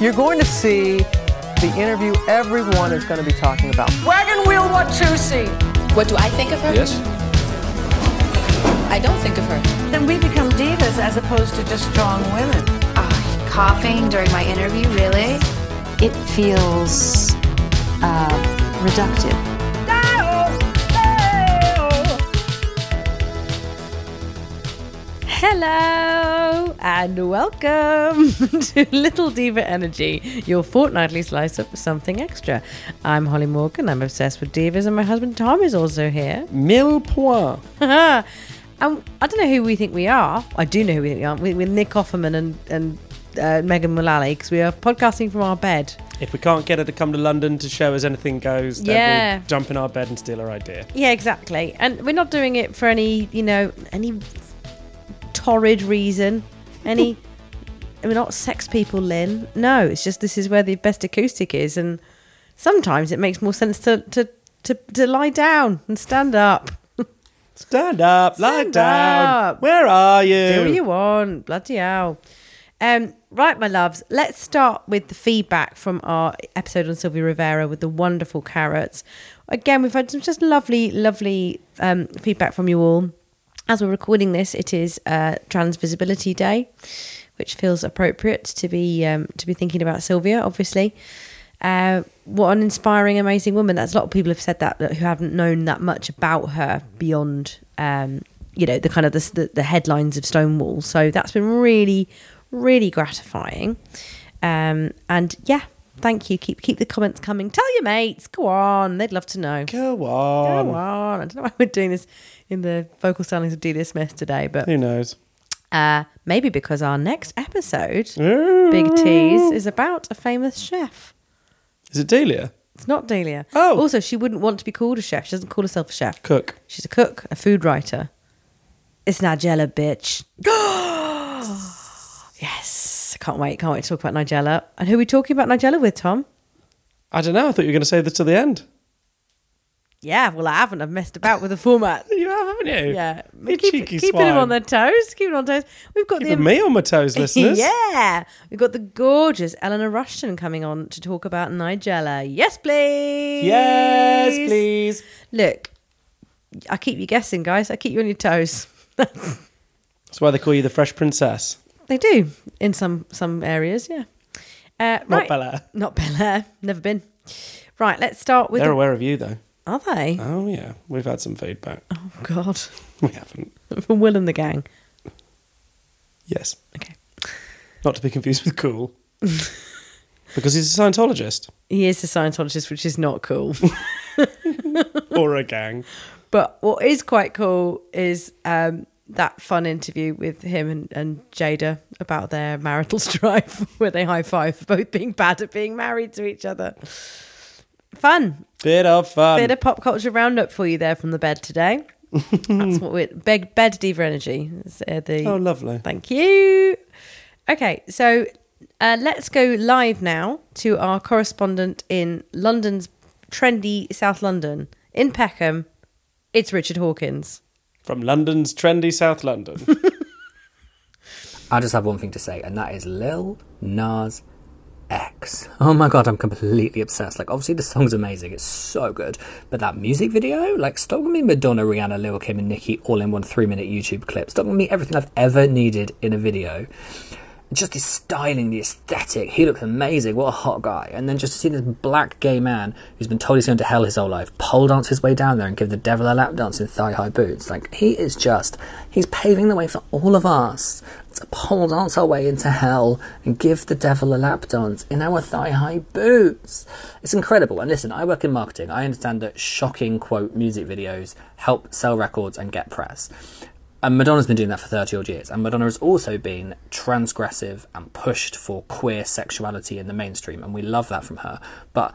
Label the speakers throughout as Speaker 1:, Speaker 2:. Speaker 1: You're going to see the interview everyone is going to be talking about.
Speaker 2: Wagon wheel Watusi.
Speaker 3: What do I think of her?
Speaker 4: Yes.
Speaker 3: I don't think of her.
Speaker 2: Then we become divas as opposed to just strong women.
Speaker 5: Ah, coughing during my interview, really?
Speaker 6: It feels uh, reductive.
Speaker 2: oh.
Speaker 7: Hello and welcome to Little Diva Energy, your fortnightly slice of something extra. I'm Holly Morgan, I'm obsessed with divas, and my husband Tom is also here.
Speaker 1: Mille points.
Speaker 7: and I don't know who we think we are. I do know who we think we are. We- We're Nick Offerman and, and uh, Megan Mullally because we are podcasting from our bed.
Speaker 8: If we can't get her to come to London to show us anything goes, then
Speaker 7: Yeah.
Speaker 8: we'll jump in our bed and steal her idea.
Speaker 7: Yeah, exactly. And we're not doing it for any, you know, any torrid reason. Any, we're not sex people, Lynn. No, it's just this is where the best acoustic is, and sometimes it makes more sense to to to, to lie down and stand up.
Speaker 8: Stand up, lie
Speaker 7: Stand
Speaker 8: down.
Speaker 7: up.
Speaker 8: Where are you?
Speaker 7: Do what you want, bloody hell. Um, right, my loves. Let's start with the feedback from our episode on Sylvia Rivera with the wonderful carrots. Again, we've had some just lovely, lovely um, feedback from you all. As we're recording this, it is uh, Trans Visibility Day, which feels appropriate to be um, to be thinking about Sylvia, obviously. Uh, what an inspiring, amazing woman. That's a lot of people have said that, that who haven't known that much about her beyond, um, you know, the kind of the, the, the headlines of Stonewall. So that's been really, really gratifying. Um, and yeah, thank you. Keep keep the comments coming. Tell your mates. Go on. They'd love to know.
Speaker 8: Go
Speaker 7: Go
Speaker 8: on.
Speaker 7: on. I don't know why we're doing this in the vocal soundings of Delia Smith today, but
Speaker 8: Who knows?
Speaker 7: uh, maybe because our next episode, Big Tease, is about a famous chef.
Speaker 8: Is it Delia?
Speaker 7: It's not Delia.
Speaker 8: Oh.
Speaker 7: Also, she wouldn't want to be called a chef. She doesn't call herself a chef.
Speaker 8: Cook.
Speaker 7: She's a cook, a food writer. It's Nigella, bitch. yes. Can't wait. Can't wait to talk about Nigella. And who are we talking about Nigella with, Tom?
Speaker 8: I don't know. I thought you were going to save this to the end.
Speaker 7: Yeah, well, I haven't. I've messed about with the format.
Speaker 8: You have, haven't you?
Speaker 7: Yeah.
Speaker 8: You
Speaker 7: Keep-
Speaker 8: cheeky
Speaker 7: keeping them on
Speaker 8: swine.
Speaker 7: their toes. Keeping them on toes. We've got
Speaker 8: Keeping
Speaker 7: the
Speaker 8: me on my toes, listeners.
Speaker 7: yeah. We've got the gorgeous Eleanor Rushton coming on to talk about Nigella. Yes, please.
Speaker 8: Yes, please.
Speaker 7: Look, I keep you guessing, guys. I keep you on your toes.
Speaker 8: That's why they call you the Fresh Princess.
Speaker 7: They do in some some areas, yeah. Uh,
Speaker 8: Not
Speaker 7: right.
Speaker 8: Bel Air.
Speaker 7: Not Bel Air. Never been. Right, let's start with.
Speaker 8: They're
Speaker 7: The,
Speaker 8: aware of you, though.
Speaker 7: are they?
Speaker 8: Oh, yeah. We've had some feedback.
Speaker 7: Oh God,
Speaker 8: We haven't.
Speaker 7: from Will and the gang.
Speaker 8: Yes.
Speaker 7: Okay,
Speaker 8: Not to be confused with cool. because he's a Scientologist
Speaker 7: he is a Scientologist, which is not cool.
Speaker 8: or a gang.
Speaker 7: but what is quite cool is um, that fun interview with him and, and Jada about their marital strife, where they high five for both being bad at being married to each other. Fun.
Speaker 8: Bit of fun.
Speaker 7: bit of pop culture roundup for you there from the bed today. That's what we're bed, bed diva energy. It's, uh, the-
Speaker 8: Oh, lovely.
Speaker 7: Thank you. Okay, so uh, let's go live now to our correspondent in London's trendy South London in Peckham. It's Richard Hawkins.
Speaker 8: From London's trendy South London.
Speaker 9: I just have one thing to say, and that is Lil Nas X. Oh my god, I'm completely obsessed. Like, obviously, the song's amazing, it's so good. But that music video, like, stop giving me Madonna, Rihanna, Lil Kim, and Nicki all in one three minute YouTube clip. Stop giving me everything I've ever needed in a video. Just his styling, the aesthetic, he looks amazing, what a hot guy. And then just to see this black gay man who's been told he's going to hell his whole life pole dance his way down there and give the devil a lap dance in thigh high boots. Like, he is just, he's paving the way for all of us to pole dance our way into hell and give the devil a lap dance in our thigh high boots. It's incredible. And listen, I work in marketing. I understand that shocking, quote, music videos help sell records and get press. And Madonna's been doing that for 30 odd years. And Madonna has also been transgressive and pushed for queer sexuality in the mainstream. And we love that from her. But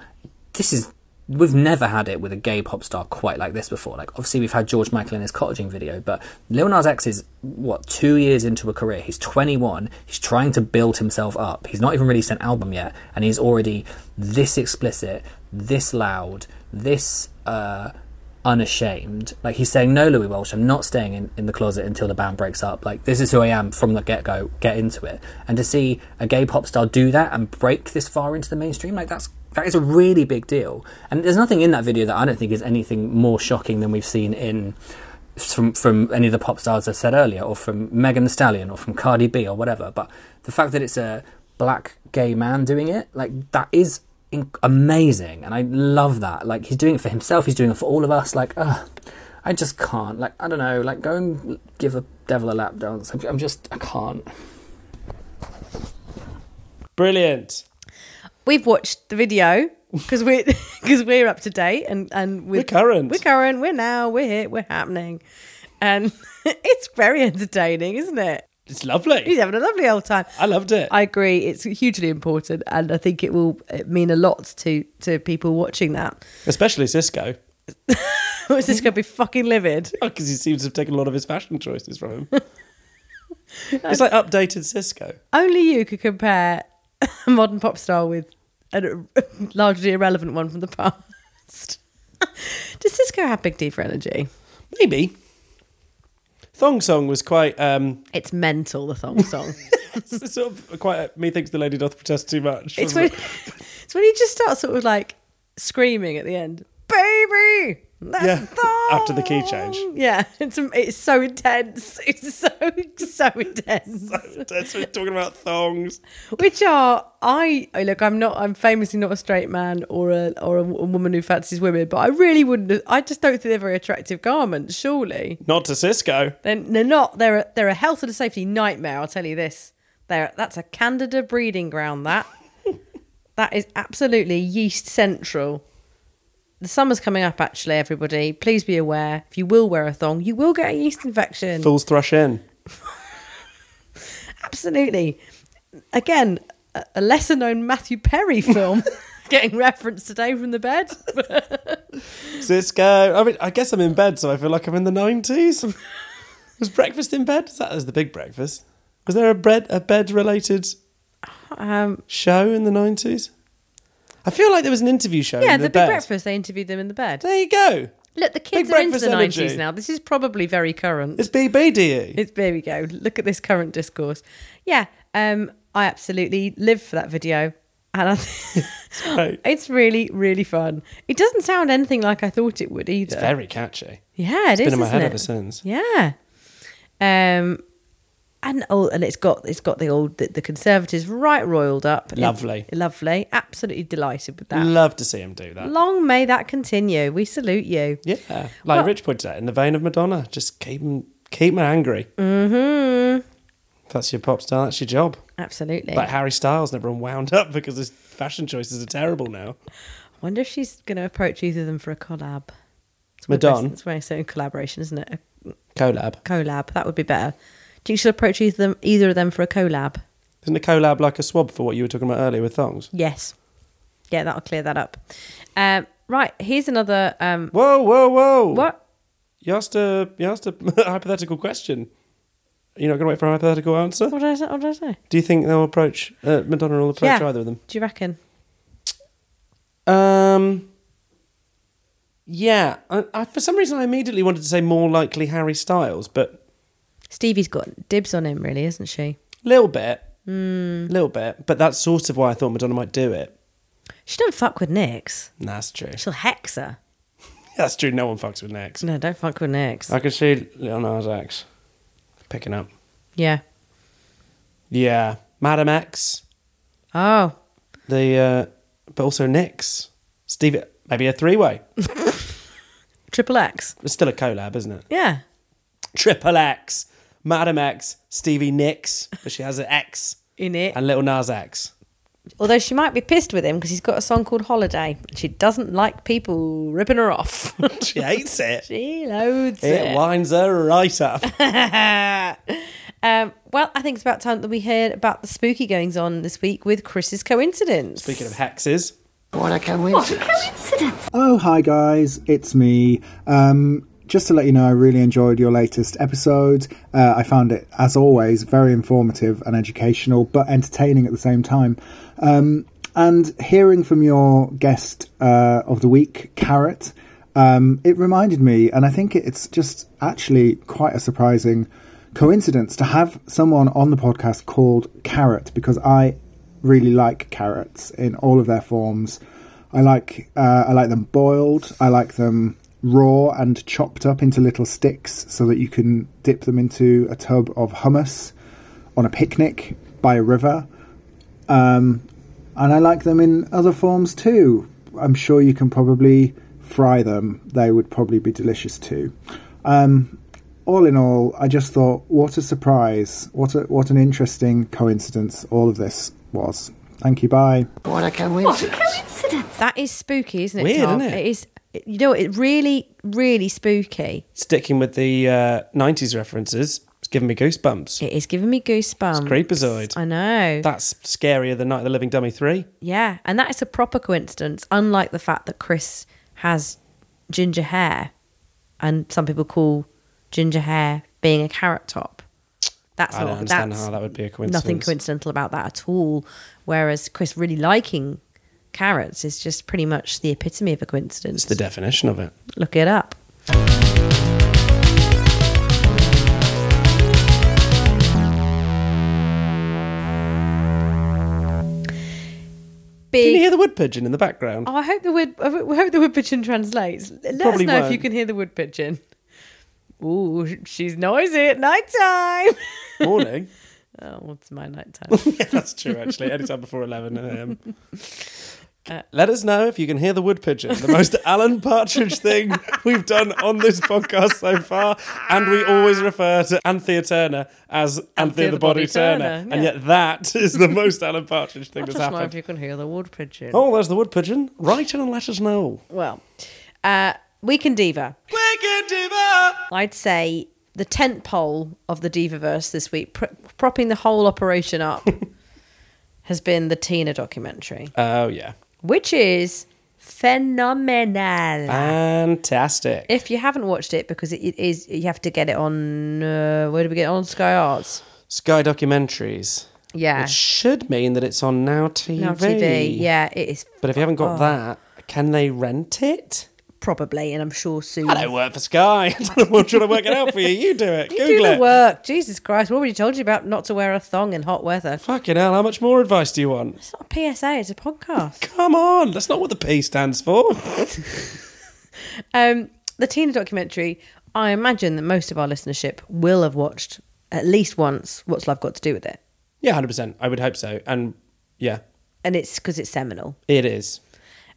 Speaker 9: this is we've never had it with a gay pop star quite like this before. Like, obviously, we've had George Michael in his cottaging video, but Lil Nas X is what two years into a career. He's 21. He's trying to build himself up. He's not even released an album yet, and he's already this explicit, this loud, this uh, unashamed. Like he's saying, no, Louis Walsh, I'm not staying in, in the closet until the band breaks up. Like this is who I am from the get go. Get into it. And to see a gay pop star do that and break this far into the mainstream, like that's that is a really big deal. And there's nothing in that video that I don't think is anything more shocking than we've seen in from from any of the pop stars I said earlier, or from Megan Thee Stallion, or from Cardi B, or whatever. But the fact that it's a black gay man doing it, like that is in- amazing, and I love that. Like he's doing it for himself, he's doing it for all of us. Like, ugh, I just can't. Like, I don't know. Like, go and give a devil a lap dance. I'm, I'm just, I can't.
Speaker 8: Brilliant.
Speaker 7: We've watched the video because we're because we're up to date and and
Speaker 8: We're current.
Speaker 7: We're current. We're now. We're here. We're happening, and it's very entertaining, isn't it?
Speaker 8: It's lovely.
Speaker 7: He's having a lovely old time.
Speaker 8: I loved it.
Speaker 7: I agree. It's hugely important, and I think it will uh, mean a lot to to people watching that.
Speaker 8: Especially Cisco.
Speaker 7: Or is this going to be fucking livid?
Speaker 8: Because he seems to have taken a lot of his fashion choices from him. it's like updated Cisco.
Speaker 7: Only you could compare a modern pop star with a a largely irrelevant one from the past. Does Cisco have Big D for energy?
Speaker 8: Maybe. Thong Song was quite um
Speaker 7: It's mental, the thong song.
Speaker 8: it's sort of quite uh, me thinks the lady doth protest too much.
Speaker 7: it's, when,
Speaker 8: wasn't
Speaker 7: it's when he just starts sort of like screaming at the end, baby! That
Speaker 8: Yeah,
Speaker 7: thong!"
Speaker 8: after the key change.
Speaker 7: Yeah, it's, it's so intense. It's so, so intense.
Speaker 8: it? That's what we're talking about thongs.
Speaker 7: which are I oh, look. I'm not. I'm famously not a straight man or a or a, w- a woman who fancies women. But I really wouldn't. I just don't think they're very attractive garments. Surely
Speaker 8: Not to Cisco.
Speaker 7: they're, they're not. They're a, they're a health and a safety nightmare. I'll tell you this. They're that's a Candida breeding ground. That that is absolutely yeast central. The summer's coming up. Actually, everybody, please be aware. If you will wear a thong, you will get a yeast infection.
Speaker 8: Fools thrush in.
Speaker 7: Absolutely. Again, a, a lesser known Matthew Perry film getting referenced today from the bed.
Speaker 8: Cisco. I mean, I guess I'm in bed, so I feel like I'm in the nineties. was breakfast in bed? Is that was the big breakfast? Was there a bread a bed related
Speaker 7: Um,
Speaker 8: show in the nineties? I feel like there was an interview show.
Speaker 7: yeah,
Speaker 8: in
Speaker 7: the,
Speaker 8: the,
Speaker 7: Big
Speaker 8: bed.
Speaker 7: Breakfast, they interviewed them in the bed.
Speaker 8: There you go.
Speaker 7: Look, the kids
Speaker 8: Big
Speaker 7: are into
Speaker 8: Breakfast
Speaker 7: the
Speaker 8: energy.
Speaker 7: 90s now. This is probably very current.
Speaker 8: It's BBDE.
Speaker 7: It's there we go. Look at this current discourse. Yeah, um, I absolutely live for that video, and I think
Speaker 8: right.
Speaker 7: it's really, really fun. It doesn't sound anything like I thought it would either.
Speaker 8: It's very catchy.
Speaker 7: yeah, it's
Speaker 8: been in my head
Speaker 7: it?
Speaker 8: ever since.
Speaker 7: Yeah. Um and oh and it's got it's got the old the, the conservatives right roiled up.
Speaker 8: Lovely.
Speaker 7: Yeah, lovely. Absolutely delighted with that.
Speaker 8: Love to see him do that.
Speaker 7: Long may that continue. We salute you.
Speaker 8: Yeah, like
Speaker 7: Well-
Speaker 8: Rich pointed out, in the vein of Madonna, just keep him keep him angry. Mm-hmm. That's your pop star. That's your job.
Speaker 7: Absolutely.
Speaker 8: Like Harry Styles, never unwound up because his fashion choices are terrible now.
Speaker 7: I wonder if she's gonna approach either of them for a collab. It's
Speaker 8: Madonna?
Speaker 7: That's why I say collaboration, isn't it?
Speaker 8: Collab.
Speaker 7: A collab. That would be better. Do you think she'll approach either of them either of them for a collab?
Speaker 8: Isn't a collab like a swab for what you were talking about earlier with thongs?
Speaker 7: Yes. Yeah, that'll clear that up. Um, right, here's another um
Speaker 8: Whoa, whoa, whoa!
Speaker 7: what
Speaker 8: You asked a you asked a hypothetical question. You're not going to wait for a hypothetical answer.
Speaker 7: what did I say? What did I say?
Speaker 8: Do you think they'll approach uh, Madonna will approach either of them?
Speaker 7: Do you reckon?
Speaker 8: Um. Yeah, I, I, for some reason I immediately wanted to say more likely Harry Styles, but
Speaker 7: Stevie's got dibs on him, really, isn't she?
Speaker 8: little bit, little bit. But that's sort of why I thought Madonna might do it.
Speaker 7: She don't fuck with Nix.
Speaker 8: Nah, That's true.
Speaker 7: She'll hex her.
Speaker 8: That's true. No one fucks with Nex.
Speaker 7: No, don't fuck with Nix.
Speaker 8: I can see Lil Nas X picking up.
Speaker 7: yeah.
Speaker 8: Yeah, Madam X.
Speaker 7: Oh,
Speaker 8: The uh, but also Nix. Steve. Maybe a three-way.
Speaker 7: triple X.
Speaker 8: It's still a collab, isn't it?
Speaker 7: Yeah.
Speaker 8: Triple X, Madam X, Stevie Nicks, but she has an X,
Speaker 7: In it.
Speaker 8: and Little Nas X.
Speaker 7: Although she might be pissed with him because he's got a song called Holiday. She doesn't like people ripping her off.
Speaker 8: She hates it.
Speaker 7: she loads it.
Speaker 8: It winds her right up.
Speaker 7: Um, well, I think it's about time that we heard about the spooky goings on this week with Chris's coincidence.
Speaker 8: Speaking of hexes,
Speaker 4: Oh, hi guys, it's me. Um, just to let you know, I really enjoyed your latest episode. Uh, I found it, as always, very informative and educational, but entertaining at the same time. Um, and hearing from your guest uh, of the week, Carrot, um, it reminded me, and I think it's just actually quite a surprising coincidence to have someone on the podcast called Carrot because I really like carrots in all of their forms. I like uh, I like them boiled. I like them raw and chopped up into little sticks so that you can dip them into a tub of hummus on a picnic by a river. Um, and I like them in other forms too. I'm sure you can probably fry them, they would probably be delicious too. Um, all in all, I just thought, what a surprise! What a, what an interesting coincidence all of this was. Thank you. Bye.
Speaker 1: What a coincidence.
Speaker 7: That is spooky, isn't it?
Speaker 8: Weird,
Speaker 7: Tom?
Speaker 8: isn't it?
Speaker 7: It is. You know, it really, really spooky.
Speaker 8: Sticking with the uh, 90s references, it's giving me goosebumps.
Speaker 7: It is giving me goosebumps.
Speaker 8: creepazoid.
Speaker 7: I know.
Speaker 8: That's scarier than Night of the Living Dummy 3.
Speaker 7: yeah, and that is a proper coincidence. Unlike the fact that Chris has ginger hair, and some people call ginger hair being a carrot top. That's
Speaker 8: I
Speaker 7: not.
Speaker 8: don't understand
Speaker 7: that's
Speaker 8: how that would be a
Speaker 7: Nothing
Speaker 8: coincidence.
Speaker 7: coincidental about that at all. Whereas Chris really liking carrots is just pretty much the epitome of a coincidence.
Speaker 8: It's the definition of it.
Speaker 7: Look it up.
Speaker 8: Can you
Speaker 7: Big.
Speaker 8: hear the wood pigeon in the background?
Speaker 7: Oh, I hope the wood. I hope the wood pigeon translates. Let
Speaker 8: Probably
Speaker 7: us know if
Speaker 8: won't.
Speaker 7: you can hear the wood pigeon. Ooh, she's noisy at night time.
Speaker 8: Morning.
Speaker 7: oh, it's my night time.
Speaker 8: yeah, that's true, actually. Anytime before 11 a.m. Let us know if you can hear the wood pigeon, the most Alan Partridge thing we've done on this podcast so far. And we always refer to Anthea Turner as Anthea, the Body, Turner. And
Speaker 7: yeah.
Speaker 8: yet that is the most Alan Partridge thing
Speaker 7: Let
Speaker 8: that's
Speaker 7: us know
Speaker 8: happened.
Speaker 7: if you can hear the wood pigeon.
Speaker 8: Oh, there's the wood pigeon. Write in and let us know.
Speaker 7: Well, uh, Weekend Diva.
Speaker 8: Wicked Diva!
Speaker 7: I'd say the tent pole of the Divaverse this week, pr- propping the whole operation up, has been the Tina documentary,
Speaker 8: Oh, yeah.
Speaker 7: which is phenomenal.
Speaker 8: Fantastic.
Speaker 7: if you haven't watched it, because it, it is, you have to get it on. Uh, where do we get it on Sky Arts?
Speaker 8: Sky documentaries.
Speaker 7: Yeah,
Speaker 8: It should mean that it's on Now TV.
Speaker 7: now TV. Yeah, it is
Speaker 8: But if you haven't
Speaker 7: Oh.
Speaker 8: got that, can they rent it?
Speaker 7: probably, and I'm sure soon.
Speaker 8: I don't work for Sky. I'm trying to work it out for you. You do it.
Speaker 7: You
Speaker 8: Google
Speaker 7: do the
Speaker 8: it.
Speaker 7: work. Jesus Christ, we already told you about not to wear a thong in hot weather.
Speaker 8: Fucking hell, how much more advice do you want?
Speaker 7: It's not a PSA, it's a podcast.
Speaker 8: Come on, that's not what the P stands for.
Speaker 7: Um, the Tina documentary, I imagine that most of our listenership will have watched at least once What's Love Got to Do with It?
Speaker 8: yeah, 100%. I would hope so. And yeah,
Speaker 7: And it's because it's seminal.
Speaker 8: it is.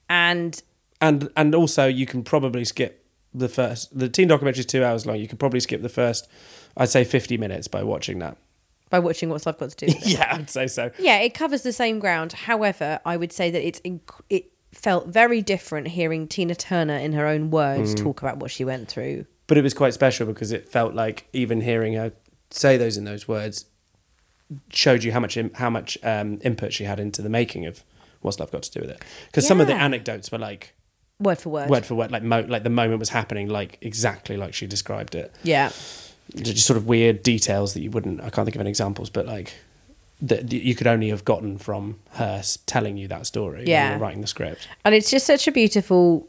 Speaker 7: And
Speaker 8: And and also, you can probably skip the first. The teen documentary is two hours long. You can probably skip the first, I'd say, 50 minutes by watching that.
Speaker 7: by watching What's Love Got to Do with It.
Speaker 8: Yeah, I'd say so.
Speaker 7: yeah, it covers the same ground. However, I would say that it's inc- it felt very different hearing Tina Turner in her own words talk about what she went through.
Speaker 8: But it was quite special because it felt like even hearing her say those in those words showed you how much im- how much um, input she had into the making of what's love got to do with it. Because some of the
Speaker 7: Yeah.
Speaker 8: anecdotes were like
Speaker 7: Word for word.
Speaker 8: word for word, like mo- like the moment was happening, like exactly like she described it.
Speaker 7: Yeah.
Speaker 8: They're Just sort of weird details that you wouldn't. I can't think of any examples, but like that that you could only have gotten from her s- telling you that story. when you
Speaker 7: Yeah.
Speaker 8: were writing the script.
Speaker 7: and it's just such a beautiful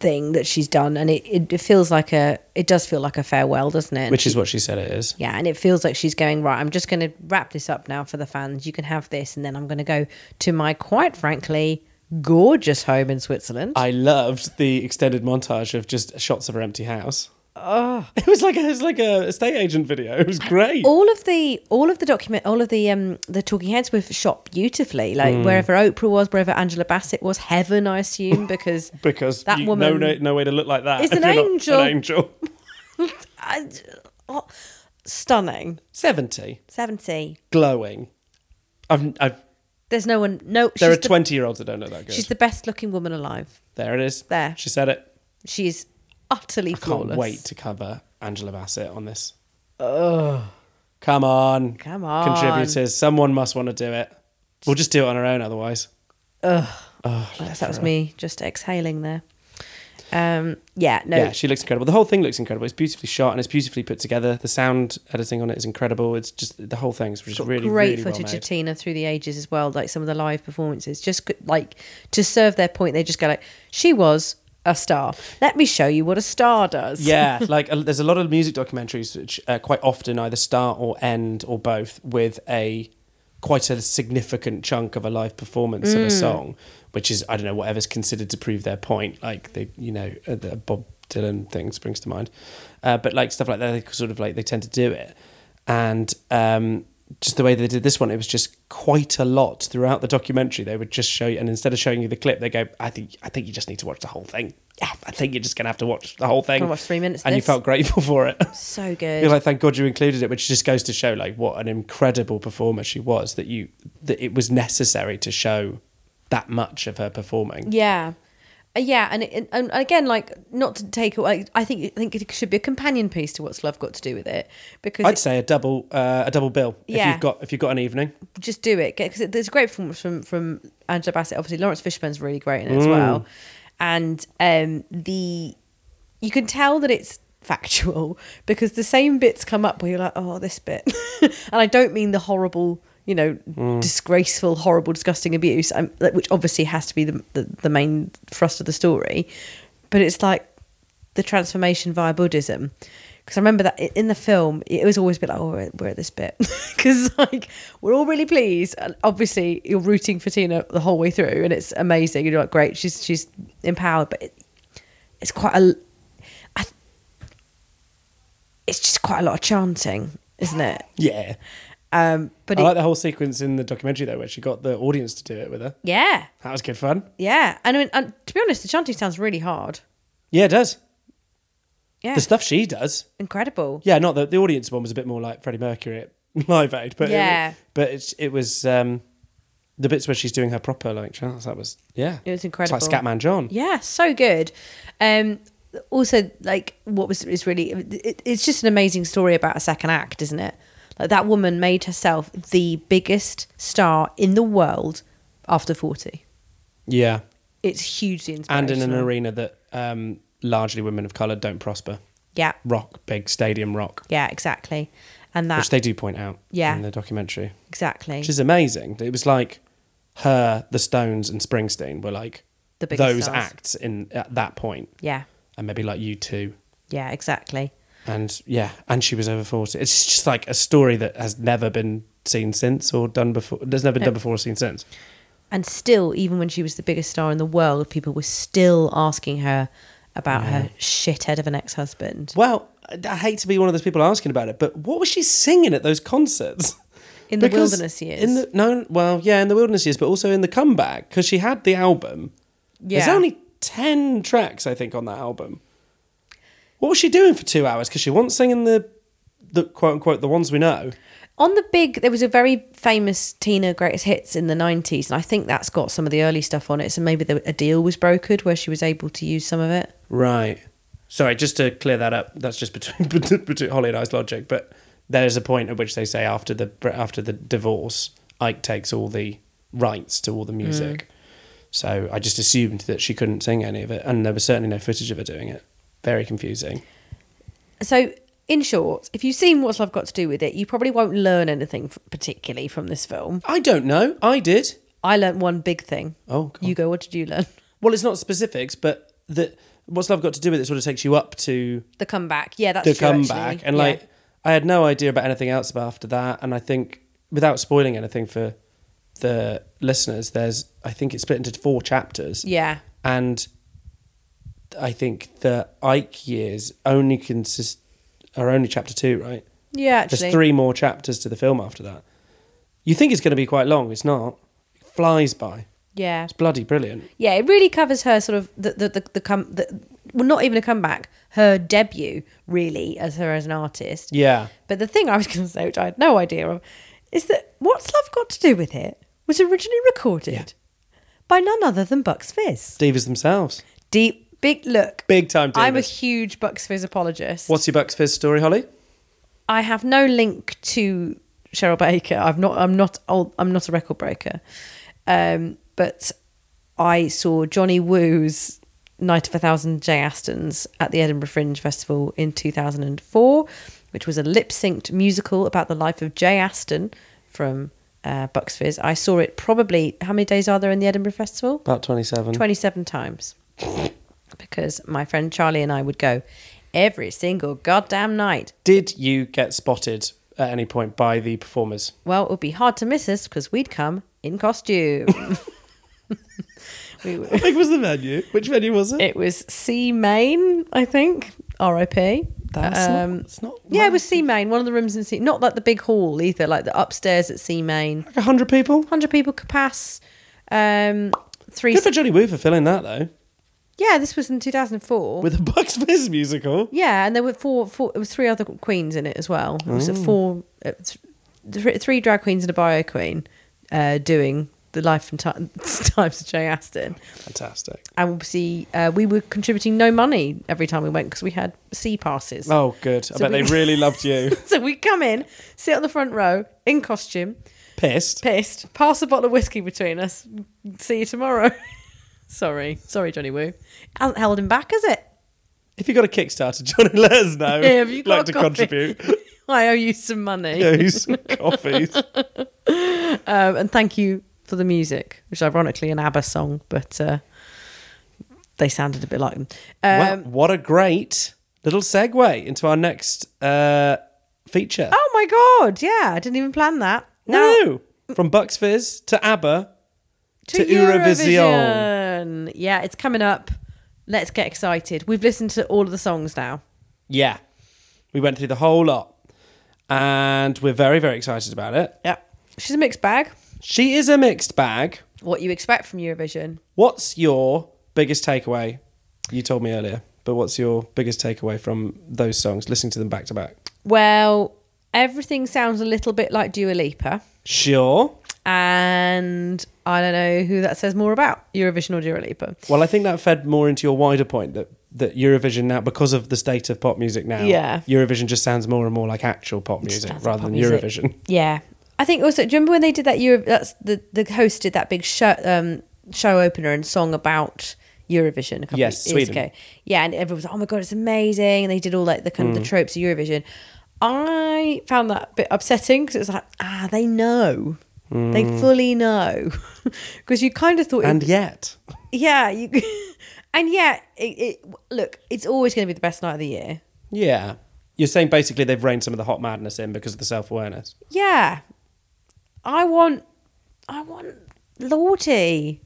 Speaker 7: thing that she's done and it, it, it feels like a it does feel like a farewell doesn't it
Speaker 8: Which is what she said it is.
Speaker 7: yeah and it feels like she's going right i'm just going to wrap this up now for the fans you can have this and then i'm going to go to my quite frankly gorgeous home in switzerland
Speaker 8: I loved the extended montage of just shots of her empty house.
Speaker 7: Ah.
Speaker 8: Oh, it was like a, it was like a estate agent video. It was great.
Speaker 7: all of the all of the document all of the um the talking heads were shot beautifully like
Speaker 8: Mm.
Speaker 7: wherever oprah was wherever angela bassett was heaven i assume because
Speaker 8: because
Speaker 7: that
Speaker 8: you-
Speaker 7: woman
Speaker 8: no, no, no way to look like that.
Speaker 7: is
Speaker 8: if
Speaker 7: an
Speaker 8: you're not
Speaker 7: angel.
Speaker 8: An angel.
Speaker 7: I- oh, stunning
Speaker 8: Seventy,
Speaker 7: 70
Speaker 8: glowing. I've, I've,
Speaker 7: there's no one no
Speaker 8: there
Speaker 7: she's
Speaker 8: are
Speaker 7: the-
Speaker 8: twenty-year-olds that don't know that good.
Speaker 7: She's the best looking woman alive.
Speaker 8: there it is.
Speaker 7: There.
Speaker 8: She said it.
Speaker 7: She is utterly
Speaker 8: I can't
Speaker 7: flawless.
Speaker 8: wait to cover Angela Bassett on this. Oh, come on,
Speaker 7: Come on.
Speaker 8: contributors. Someone must want to do it. We'll just do it on our own, otherwise.
Speaker 7: That, that was me just exhaling there. Um, yeah, no,
Speaker 8: Yeah, she looks incredible. The whole thing looks incredible. It's beautifully shot and it's beautifully put together. The sound editing on it is incredible. It's just the whole thing's just really
Speaker 7: great
Speaker 8: really
Speaker 7: footage
Speaker 8: well
Speaker 7: of
Speaker 8: made.
Speaker 7: Tina through the ages as well. Like some of the live performances, just good- like to serve their point, they just go like, she was a star. Let me show you what a star does.
Speaker 8: Yeah, like uh, there's a lot of music documentaries which uh, quite often either start or end or both with a quite a significant chunk of a live performance of a song, which is I don't know whatever's considered to prove their point. Like the you know uh, the Bob Dylan thing springs to mind, uh, but like stuff like that, they sort of like they tend to do it, and um, just the way they did this one, it was just quite a lot throughout the documentary. They would just show you, and instead of showing you the clip, they go, "I think I think you just need to watch the whole thing." Yeah, I think you're just gonna have to watch the whole thing.
Speaker 7: Gonna watch three minutes of
Speaker 8: and you
Speaker 7: this.
Speaker 8: felt grateful for it.
Speaker 7: So good.
Speaker 8: You're like, thank God you included it, which just goes to show like what an incredible performer she was. That you that it was necessary to show that much of her performing.
Speaker 7: Yeah. Uh, Yeah, and, it, and again, like not to take away, I think I think it should be a companion piece to what's love got to do with it because
Speaker 8: I'd
Speaker 7: it-
Speaker 8: say a double uh, a double bill if
Speaker 7: Yeah.
Speaker 8: you've got if you've got an evening.
Speaker 7: just do it because there's a great performance from from Angela Bassett. Obviously, Lawrence Fishburne's really great in it
Speaker 8: Mm.
Speaker 7: as well, and um, the you can tell that it's factual because the same bits come up where you're like, oh, this bit, and I don't mean the horrible. You know, disgraceful, horrible, disgusting abuse, um, like, which obviously has to be the, the the main thrust of the story. But it's like the transformation via Buddhism. Because I remember that i- in the film, it was always a bit like, oh, we're, we're at this bit. Because, like, we're all really pleased. And obviously, you're rooting for Tina the whole way through, and it's amazing. You're like, great, she's she's empowered. But it, it's quite a. I, th- it's just quite a lot of chanting, isn't it?
Speaker 8: Yeah,
Speaker 7: Um, but
Speaker 8: I
Speaker 7: it,
Speaker 8: like the whole sequence in the documentary though, where she got the audience to do it with her.
Speaker 7: yeah,
Speaker 8: That was good fun.
Speaker 7: yeah. And I mean, and to be honest, the chanting sounds really hard.
Speaker 8: Yeah, it does.
Speaker 7: Yeah,
Speaker 8: The stuff she does.
Speaker 7: incredible.
Speaker 8: Yeah, not the the audience one was a bit more like Freddie Mercury at Live Aid, but
Speaker 7: Yeah.
Speaker 8: it, but it, it was um, the bits where she's doing her proper like chants. That was yeah,
Speaker 7: It was
Speaker 8: It's like
Speaker 7: incredible.
Speaker 8: Scatman John.
Speaker 7: Yeah, so good. Um, also, like, what was is really it, it's just an amazing story about a second act, isn't it? Like that woman made herself the biggest star in the world after forty.
Speaker 8: yeah.
Speaker 7: It's hugely
Speaker 8: and
Speaker 7: inspirational.
Speaker 8: in an arena that um, largely women of color don't prosper.
Speaker 7: yeah,
Speaker 8: Rock, big stadium rock,
Speaker 7: yeah, exactly. And that
Speaker 8: which they do point out
Speaker 7: Yeah.
Speaker 8: in the documentary,
Speaker 7: exactly
Speaker 8: which is amazing. It was like her, the Stones, and Springsteen were like
Speaker 7: The biggest
Speaker 8: those
Speaker 7: stars.
Speaker 8: acts in at that point,
Speaker 7: yeah,
Speaker 8: and maybe like you two,
Speaker 7: yeah, exactly.
Speaker 8: and yeah, and she was over forty. It's just like a story that has never been seen since or done before. There's never been done before or seen since.
Speaker 7: And still, even when she was the biggest star in the world, people were still asking her about her shithead of an ex-husband.
Speaker 8: Well, I I hate to be one of those people asking about it, but what was she singing at those concerts?
Speaker 7: In the
Speaker 8: Because
Speaker 7: wilderness years.
Speaker 8: In the no, well, yeah, in the wilderness years, but also in the comeback because she had the album. There's
Speaker 7: Yeah.
Speaker 8: only ten tracks, I think, on that album. What was she doing for two hours? Because she wasn't singing the, the quote unquote the ones we know.
Speaker 7: On the big, there was a very famous Tina Greatest Hits in the 90s, and I think that's got some of the early stuff on it. So maybe there, a deal was brokered where she was able to use some of it.
Speaker 8: Right. Sorry, just to clear that up. That's just between between Holly and I's logic, but there's a point at which they say after the after the divorce, Ike takes all the rights to all the music. So I just assumed that she couldn't sing any of it, and there was certainly no footage of her doing it. Very confusing.
Speaker 7: So, in short, if you've seen What's Love Got to Do with It, you probably won't learn anything f- particularly from this film.
Speaker 8: I don't know. I did.
Speaker 7: I learnt one big thing.
Speaker 8: Oh, God.
Speaker 7: You go, what did you learn?
Speaker 8: Well, it's not specifics, but the what's love got to do with it? Sort of takes you up to
Speaker 7: The comeback. Yeah, that's
Speaker 8: the
Speaker 7: true,
Speaker 8: comeback,
Speaker 7: actually.
Speaker 8: and
Speaker 7: Yeah.
Speaker 8: like I had no idea about anything else about after that. And I think, without spoiling anything for the listeners, there's I think it's split into four chapters.
Speaker 7: Yeah.
Speaker 8: and I think the Ike years only consist are only chapter two, right?
Speaker 7: Yeah, actually.
Speaker 8: There's three more chapters to the film after that. You think it's going to be quite long? It's not. It flies by.
Speaker 7: Yeah.
Speaker 8: It's bloody brilliant.
Speaker 7: Yeah, it really covers her sort of the the the, the come the, well, not even a comeback, her debut really as her as an artist.
Speaker 8: Yeah.
Speaker 7: But the thing I was going to say, which I had no idea of, is that what's love got to do with it was originally recorded by none other than Bucks Fizz.
Speaker 8: Divas themselves.
Speaker 7: Deep, big look.
Speaker 8: Big time divas.
Speaker 7: I'm a huge Bucks Fizz apologist.
Speaker 8: What's your Bucks Fizz story, Holly?
Speaker 7: I have no link to Cheryl Baker. I've not. I'm not. Old, I'm not a record breaker. Um, but I saw Johnny Woo's Night of a Thousand Jay Astons at the Edinburgh Fringe Festival in 2004, which was a lip-synced musical about the life of Jay Aston from uh, Bucks Fizz. I saw it probably. How many days are there in the Edinburgh Festival?
Speaker 8: About 27.
Speaker 7: 27 times. because my friend Charlie and I would go every single goddamn night.
Speaker 8: Did you get spotted at any point by the performers?
Speaker 7: Well, it would be hard to miss us because we'd come in costume. we, were-
Speaker 8: How big was the venue? Which venue was it?
Speaker 7: it was C Main, I think. R.I.P.
Speaker 8: That's not- it's not
Speaker 7: Yeah, it was C Main. One of the rooms in C. Not like the big hall either. Like the upstairs at C Main.
Speaker 8: Like 100 people?
Speaker 7: Hundred people could pass. Um, three.
Speaker 8: Good for Johnny Woo for filling that, though.
Speaker 7: yeah, this was in two thousand four.
Speaker 8: With a Bucks Fizz musical.
Speaker 7: Yeah, and there were four, four. It was three other queens in it as well. It
Speaker 8: Oh.
Speaker 7: was four, uh, th- th- three drag queens and a bio queen uh, doing the life and time, times of Jay Aston.
Speaker 8: Fantastic.
Speaker 7: And obviously, uh, we were contributing no money every time we went because we had C passes.
Speaker 8: Oh, good.
Speaker 7: So
Speaker 8: I bet
Speaker 7: we-
Speaker 8: they really loved you.
Speaker 7: So we come in, sit on the front row in costume,
Speaker 8: Pissed.
Speaker 7: pissed, pass a bottle of whiskey between us. See you tomorrow. sorry, sorry, Johnny Woo. Hasn't held him back, has it?
Speaker 8: If you got a Kickstarter, Johnny, let us know.
Speaker 7: Yeah, have you got
Speaker 8: like to
Speaker 7: a copy?
Speaker 8: contribute.
Speaker 7: I owe you some money.
Speaker 8: Yeah, he's coffees.
Speaker 7: Um, and thank you for the music, which is ironically an ABBA song, but uh, they sounded a bit like them. Um,
Speaker 8: well, what a great little segue into our next uh, feature.
Speaker 7: oh my god! Yeah, I didn't even plan that. Now
Speaker 8: No. From Bucks Fizz to ABBA.
Speaker 7: to,
Speaker 8: to Eurovision.
Speaker 7: Eurovision. Yeah, it's coming up. Let's get excited. We've listened to all of the songs now.
Speaker 8: Yeah. We went through the whole lot. And we're very, very excited about it.
Speaker 7: Yeah, she's a mixed bag.
Speaker 8: She is a mixed bag.
Speaker 7: What you expect from Eurovision?
Speaker 8: What's your biggest takeaway? You told me earlier, but what's your biggest takeaway from those songs, listening to them back to back?
Speaker 7: Well, everything sounds a little bit like Dua Lipa,
Speaker 8: Sure.
Speaker 7: and I don't know who that says more about Eurovision or Dua Lipa.
Speaker 8: Well, I think that fed more into your wider point that, that Eurovision now, because of the state of pop music now,
Speaker 7: Yeah.
Speaker 8: Eurovision just sounds more and more like actual pop music
Speaker 7: sounds like
Speaker 8: rather
Speaker 7: pop
Speaker 8: than
Speaker 7: music.
Speaker 8: Eurovision.
Speaker 7: Yeah, I think also. Do you remember when they did that? Euro, that's the the host did that big show um, show opener and song about Eurovision a couple
Speaker 8: Yes,
Speaker 7: of years
Speaker 8: Sweden.
Speaker 7: ago. Yeah, and everyone was like, "Oh my god, it's amazing!" And they did all like the
Speaker 8: Mm.
Speaker 7: kind of the tropes of Eurovision. I found that a bit upsetting because it was like, ah, they know. They fully know, because you kind of thought, it-
Speaker 8: Mm. And yet,
Speaker 7: yeah, you, and yeah, it, it, look, it's always going to be the best night of the year.
Speaker 8: yeah. You're saying basically they've reined some of the hot madness in because of the self awareness.
Speaker 7: Yeah. I want I want Lordy.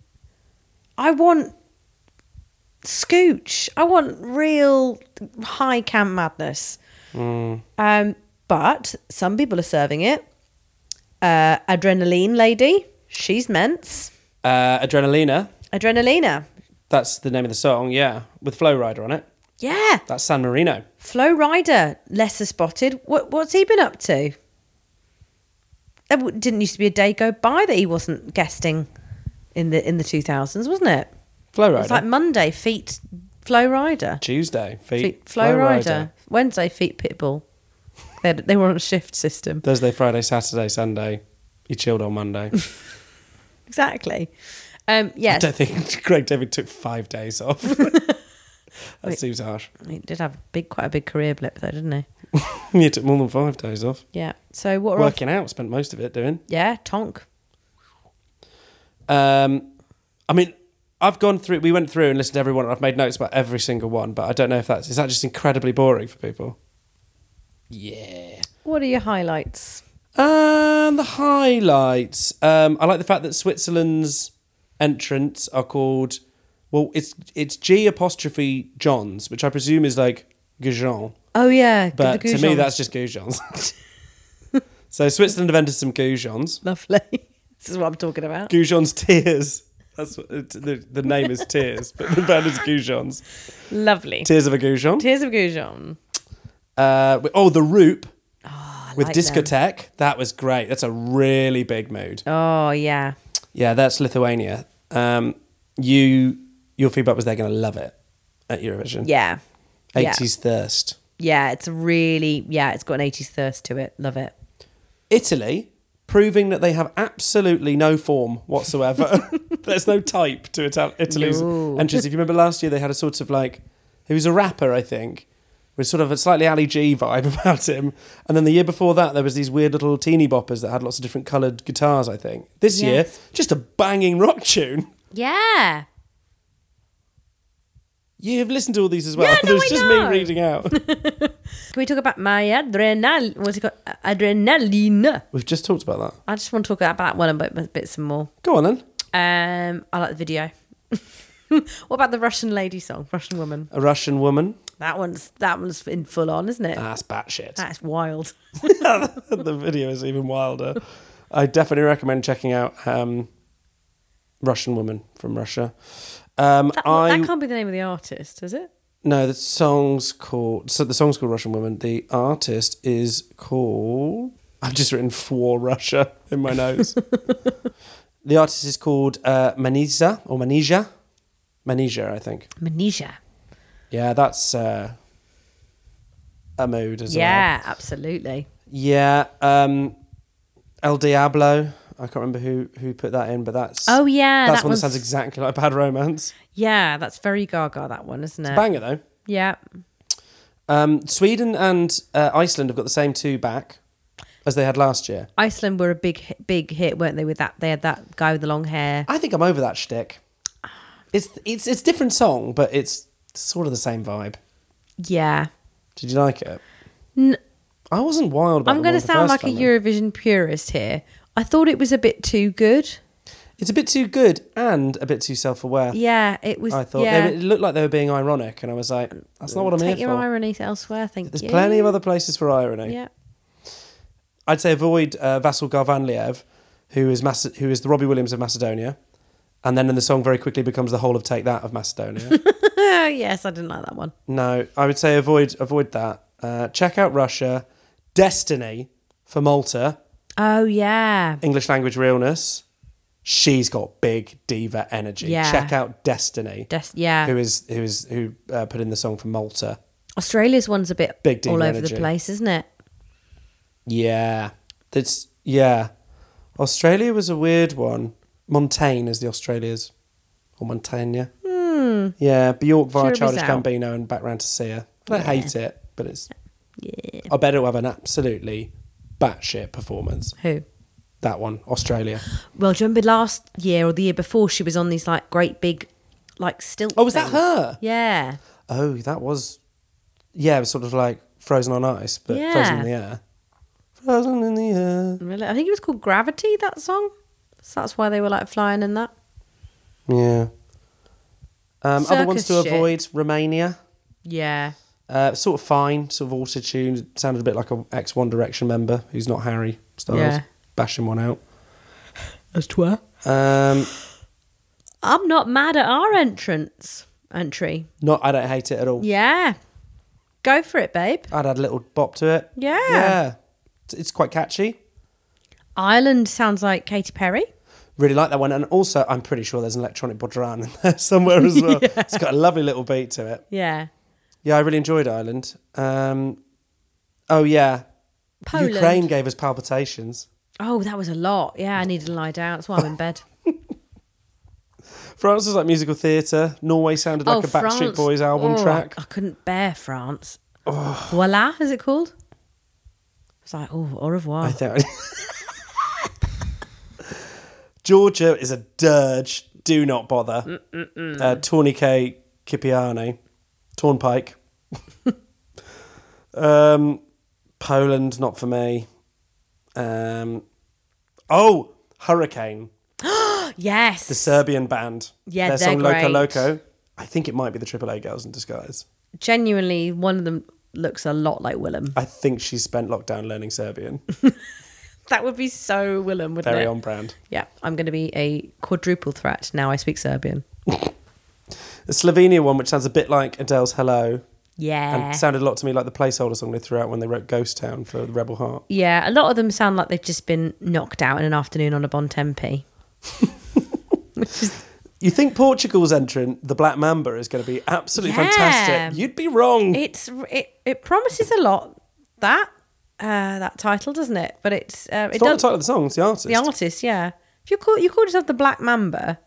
Speaker 7: I want Scooch. I want real high camp madness. Um but some people are serving it. Uh Adrenaline Lady, she's Mence.
Speaker 8: Uh, Adrenalina,
Speaker 7: Adrenalina.
Speaker 8: that's the name of the song, yeah, with Flow Rider on it.
Speaker 7: Yeah.
Speaker 8: That's San Marino.
Speaker 7: Flow Rider, lesser spotted. What what's he been up to? There w- didn't used to be a day go by that he wasn't guesting in the in the two thousands, wasn't it?
Speaker 8: Flow
Speaker 7: It
Speaker 8: Rider.
Speaker 7: was like Monday feet Flow Rider,
Speaker 8: Tuesday, feet,
Speaker 7: feet Flow Rider, Wednesday feet Pitbull. They they were on a shift system
Speaker 8: Thursday, Friday, Saturday, Sunday. He chilled on Monday.
Speaker 7: exactly. Um,
Speaker 8: I
Speaker 7: yes,
Speaker 8: don't think Greg David took five days off. that seems harsh.
Speaker 7: he did have a big quite a big career blip though, didn't he?
Speaker 8: He took more than five days off.
Speaker 7: Yeah. So what? Are our-
Speaker 8: Working out, spent most of it doing.
Speaker 7: yeah, Tonk.
Speaker 8: Um, I mean, I've gone through. We went through and listened to everyone, and I've made notes about every single one. But I don't know if that's is that just incredibly boring for people. Yeah.
Speaker 7: What are your highlights?
Speaker 8: And the highlights. Um, I like the fact that Switzerland's entrants are called well, it's it's G apostrophe Johns, which I presume is like Goujon.
Speaker 7: Oh yeah,
Speaker 8: But
Speaker 7: the
Speaker 8: to me
Speaker 7: Goujons.
Speaker 8: that's just Goujons. so Switzerland have entered some Goujons.
Speaker 7: lovely. this is what I'm talking about.
Speaker 8: Goujons Tears. That's what it, the, the name is Tears, but the band is Goujons.
Speaker 7: Lovely.
Speaker 8: Tears of a Goujon.
Speaker 7: Tears of Goujon.
Speaker 8: Uh, we- oh, the Roop with
Speaker 7: Ah, like them.
Speaker 8: discotheque. That was great. That's a really big mood.
Speaker 7: Oh yeah.
Speaker 8: Yeah, that's Lithuania. Um, you, your feedback was they're going to love it at Eurovision.
Speaker 7: Yeah. Yeah.
Speaker 8: eighties thirst.
Speaker 7: Yeah, it's really yeah, it's got an 80s thirst to it. Love it.
Speaker 8: Italy proving that they have absolutely no form whatsoever. There's no type to Ital- Italy's
Speaker 7: No.
Speaker 8: entries. If you remember last year, they had a sort of like he was a rapper, I think, with sort of a slightly Ali G vibe about him. And then the year before that, there was these weird little teeny boppers that had lots of different coloured guitars. I think this year,
Speaker 7: Yes.
Speaker 8: just a banging rock tune.
Speaker 7: Yeah.
Speaker 8: You have listened to all these as well.
Speaker 7: Yeah, no,
Speaker 8: There's
Speaker 7: I
Speaker 8: just
Speaker 7: know.
Speaker 8: me reading out.
Speaker 7: Can we talk about my adrenal? What's it called? Adrenaline.
Speaker 8: We've just talked about that.
Speaker 7: I just want to talk about that one a bit, a bit some more.
Speaker 8: Go on then.
Speaker 7: Um, I like the video. what about the Russian lady song, Russian woman?
Speaker 8: A Russian woman.
Speaker 7: That one's that one's in full on, isn't it?
Speaker 8: That's batshit.
Speaker 7: That's wild.
Speaker 8: the video is even wilder. I definitely recommend checking out um, Russian Woman from Russia. Um,
Speaker 7: That,
Speaker 8: I
Speaker 7: that can't be the name of the artist, is it?
Speaker 8: no, the song's called so the song's called Russian Woman. The artist is called I've just written for Russia in my notes. the artist is called uh, Maniza or Manija, Manija, I think.
Speaker 7: Manisha.
Speaker 8: Yeah, that's uh, a mood as well.
Speaker 7: Yeah, absolutely.
Speaker 8: Yeah, um, El Diablo. I can't remember who who put that in, but that's
Speaker 7: Oh, yeah,
Speaker 8: that's
Speaker 7: that
Speaker 8: one
Speaker 7: was-
Speaker 8: that sounds exactly like Bad Romance.
Speaker 7: Yeah, that's very Gaga. That one, isn't it?
Speaker 8: Banger though.
Speaker 7: yeah.
Speaker 8: Um, Sweden and uh, Iceland have got the same two back as they had last year.
Speaker 7: Iceland were a big, hi- big hit, weren't they? With that, they had that guy with the long hair.
Speaker 8: I think I'm over that shtick. It's it's it's a different song, but it's sort of the same vibe.
Speaker 7: Yeah,
Speaker 8: Did you like it?
Speaker 7: N-
Speaker 8: I wasn't wild. About
Speaker 7: I'm
Speaker 8: the
Speaker 7: going
Speaker 8: one
Speaker 7: to
Speaker 8: the
Speaker 7: sound
Speaker 8: first
Speaker 7: like a
Speaker 8: time.
Speaker 7: Eurovision purist here. I thought it was a bit too good.
Speaker 8: It's a bit too good and a bit too self-aware.
Speaker 7: Yeah, it was.
Speaker 8: I thought
Speaker 7: yeah.
Speaker 8: it looked like they were being ironic, and I was like, "That's not what I'm
Speaker 7: Take
Speaker 8: here
Speaker 7: your
Speaker 8: for."
Speaker 7: irony elsewhere. Thank
Speaker 8: There's
Speaker 7: you.
Speaker 8: plenty of other places for irony.
Speaker 7: Yeah.
Speaker 8: I'd say avoid uh, Vasil Garvanliev, who is Mace- who is the Robbie Williams of Macedonia, and then in the song very quickly becomes the whole of Take That of Macedonia.
Speaker 7: Oh, yes, I didn't like that one.
Speaker 8: no, I would say avoid avoid that. Uh, check out Russia, Destiny for Malta,
Speaker 7: Oh yeah.
Speaker 8: English language realness. She's got big diva energy.
Speaker 7: Yeah.
Speaker 8: Check out Destiny,
Speaker 7: Des- yeah.
Speaker 8: who is who is who uh, put in the song for Malta.
Speaker 7: Australia's one's a bit
Speaker 8: Big diva
Speaker 7: all over
Speaker 8: energy.
Speaker 7: the place, isn't it?
Speaker 8: Yeah. That's yeah. Australia was a weird one. Montaigne is the Australia's or Montaigne.
Speaker 7: Hmm.
Speaker 8: Yeah, Bjork via
Speaker 7: Jury's
Speaker 8: Childish
Speaker 7: out.
Speaker 8: Gambino and back round to see her. I don't hate it, but it's I bet it'll have an absolutely batshit performance.
Speaker 7: Who?
Speaker 8: That one, Australia.
Speaker 7: Well, do you remember last year or the year before she was on these like great big like stilt
Speaker 8: Oh, was that her?
Speaker 7: Yeah.
Speaker 8: Oh, that was yeah, it was sort of like frozen on ice, but frozen in the
Speaker 7: Yeah.
Speaker 8: air. Frozen in the air.
Speaker 7: Really? I think it was called Gravity, that song. So that's why they were like flying in that.
Speaker 8: Yeah. Um, other
Speaker 7: Circus
Speaker 8: ones to
Speaker 7: shit.
Speaker 8: avoid Romania.
Speaker 7: Yeah.
Speaker 8: Uh, sort of fine, sort of auto tuned. Sounded a bit like a ex One Direction member who's not Harry Styles,
Speaker 7: Yeah.
Speaker 8: bashing one out.
Speaker 7: As to
Speaker 8: Um,
Speaker 7: I'm not mad at our entrance entry.
Speaker 8: not, I don't hate it at all.
Speaker 7: Yeah. Go for it, babe.
Speaker 8: I'd add a little bop to it.
Speaker 7: Yeah.
Speaker 8: yeah, It's- it's quite catchy.
Speaker 7: Ireland sounds like Katy Perry.
Speaker 8: Really like that one, and also I'm pretty sure there's an electronic bodran in there somewhere as well. It's got a lovely little beat to it.
Speaker 7: Yeah.
Speaker 8: Yeah, I really enjoyed Ireland. Um, oh yeah,
Speaker 7: Poland.
Speaker 8: Ukraine gave us palpitations.
Speaker 7: Oh, that was a lot. Yeah, I needed to lie down. That's why I'm in bed.
Speaker 8: France was like musical theatre. Norway sounded like
Speaker 7: oh,
Speaker 8: a Backstreet Boys album
Speaker 7: Oh,
Speaker 8: track. Oh.
Speaker 7: I, I couldn't bear France. Voila, is it called? It's like, oh, au revoir.
Speaker 8: I think. Georgia is a dirge. Do not bother. Uh, Tourniquet Kipiani. Tornpike. um, Poland, not for me. Um, oh, Hurricane,
Speaker 7: yes.
Speaker 8: the Serbian band.
Speaker 7: Yeah,
Speaker 8: Their
Speaker 7: they're
Speaker 8: song Loco
Speaker 7: great.
Speaker 8: Loco. I think it might be the AAA Girls in Disguise.
Speaker 7: Genuinely, one of them looks a lot like Willem.
Speaker 8: I think she spent lockdown learning Serbian.
Speaker 7: That would be so Willem, wouldn't
Speaker 8: Very
Speaker 7: it?
Speaker 8: on brand.
Speaker 7: Yeah, I'm going to be a quadruple threat. Now I speak Serbian.
Speaker 8: The Slovenia one, which sounds a bit like Adele's Hello.
Speaker 7: Yeah.
Speaker 8: And sounded a lot to me like the placeholder song they threw out when they wrote Ghost Town for the Rebel Heart.
Speaker 7: yeah, a lot of them sound like they've just been knocked out in an afternoon on a Bon Tempe.
Speaker 8: You think Portugal's entrant, the Black Mamba, is going to be absolutely
Speaker 7: Yeah.
Speaker 8: fantastic. You'd be wrong.
Speaker 7: it's it, it promises a lot that uh, that title doesn't it but it's uh, it
Speaker 8: it's not the
Speaker 7: does
Speaker 8: title of the song, it's the artist.
Speaker 7: the artist yeah if you call you call yourself the black mamba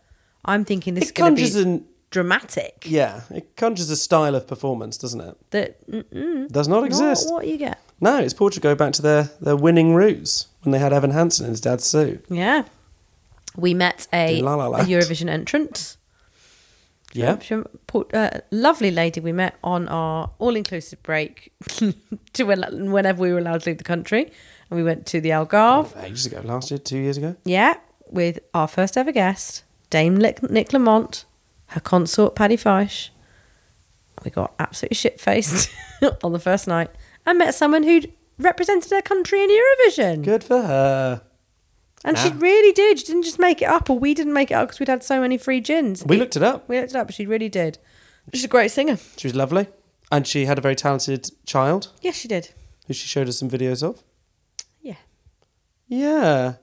Speaker 7: i'm thinking this
Speaker 8: It
Speaker 7: is going to
Speaker 8: conjures
Speaker 7: be
Speaker 8: an.
Speaker 7: dramatic
Speaker 8: Yeah, it conjures a style of performance, doesn't it?
Speaker 7: that mm-mm,
Speaker 8: Does not
Speaker 7: Mm. not
Speaker 8: exist.
Speaker 7: what you get
Speaker 8: No, it's Portugal back to their, their winning roots when they had Evan Hansen in his dad's suit.
Speaker 7: yeah we met a,
Speaker 8: In La La
Speaker 7: a
Speaker 8: Land.
Speaker 7: eurovision entrant
Speaker 8: Yeah.
Speaker 7: She- Port- uh, lovely lady we met on our all-inclusive break to when, whenever we were allowed to leave the country, and we went to the Algarve.
Speaker 8: Ages ago, last year, two years ago.
Speaker 7: Yeah, with our first ever guest, Dame Lick- Nick Lamont, her consort Paddy Feisch. We got absolutely shit faced on the first night and met someone who'd represented her country in Eurovision.
Speaker 8: Good for her.
Speaker 7: And she really did. She didn't just make it up, or we didn't make it up because we'd had so many free gins.
Speaker 8: We looked it up.
Speaker 7: We looked it up, but she really did. She's a great singer.
Speaker 8: She was lovely. And she had a very talented child
Speaker 7: Yes, she did.
Speaker 8: who she showed us some videos of.
Speaker 7: Yeah.
Speaker 8: Yeah.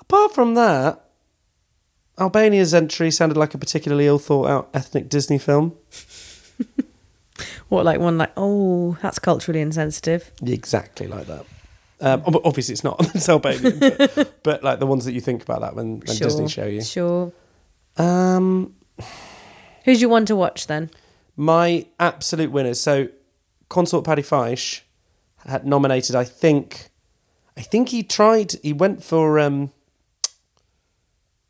Speaker 8: Apart from that, Albania's entry sounded like a particularly ill thought out ethnic Disney film.
Speaker 7: What, like one, like, oh, that's culturally insensitive.
Speaker 8: Exactly like that. Um, ob- obviously, it's not. It's Albanian. But, but like the ones that you think about that when, when Disney show you.
Speaker 7: Sure.
Speaker 8: Um,
Speaker 7: Who's your one to watch then?
Speaker 8: My absolute winners. So, consort Paddy Feisch had nominated. I think, I think he tried. He went for um,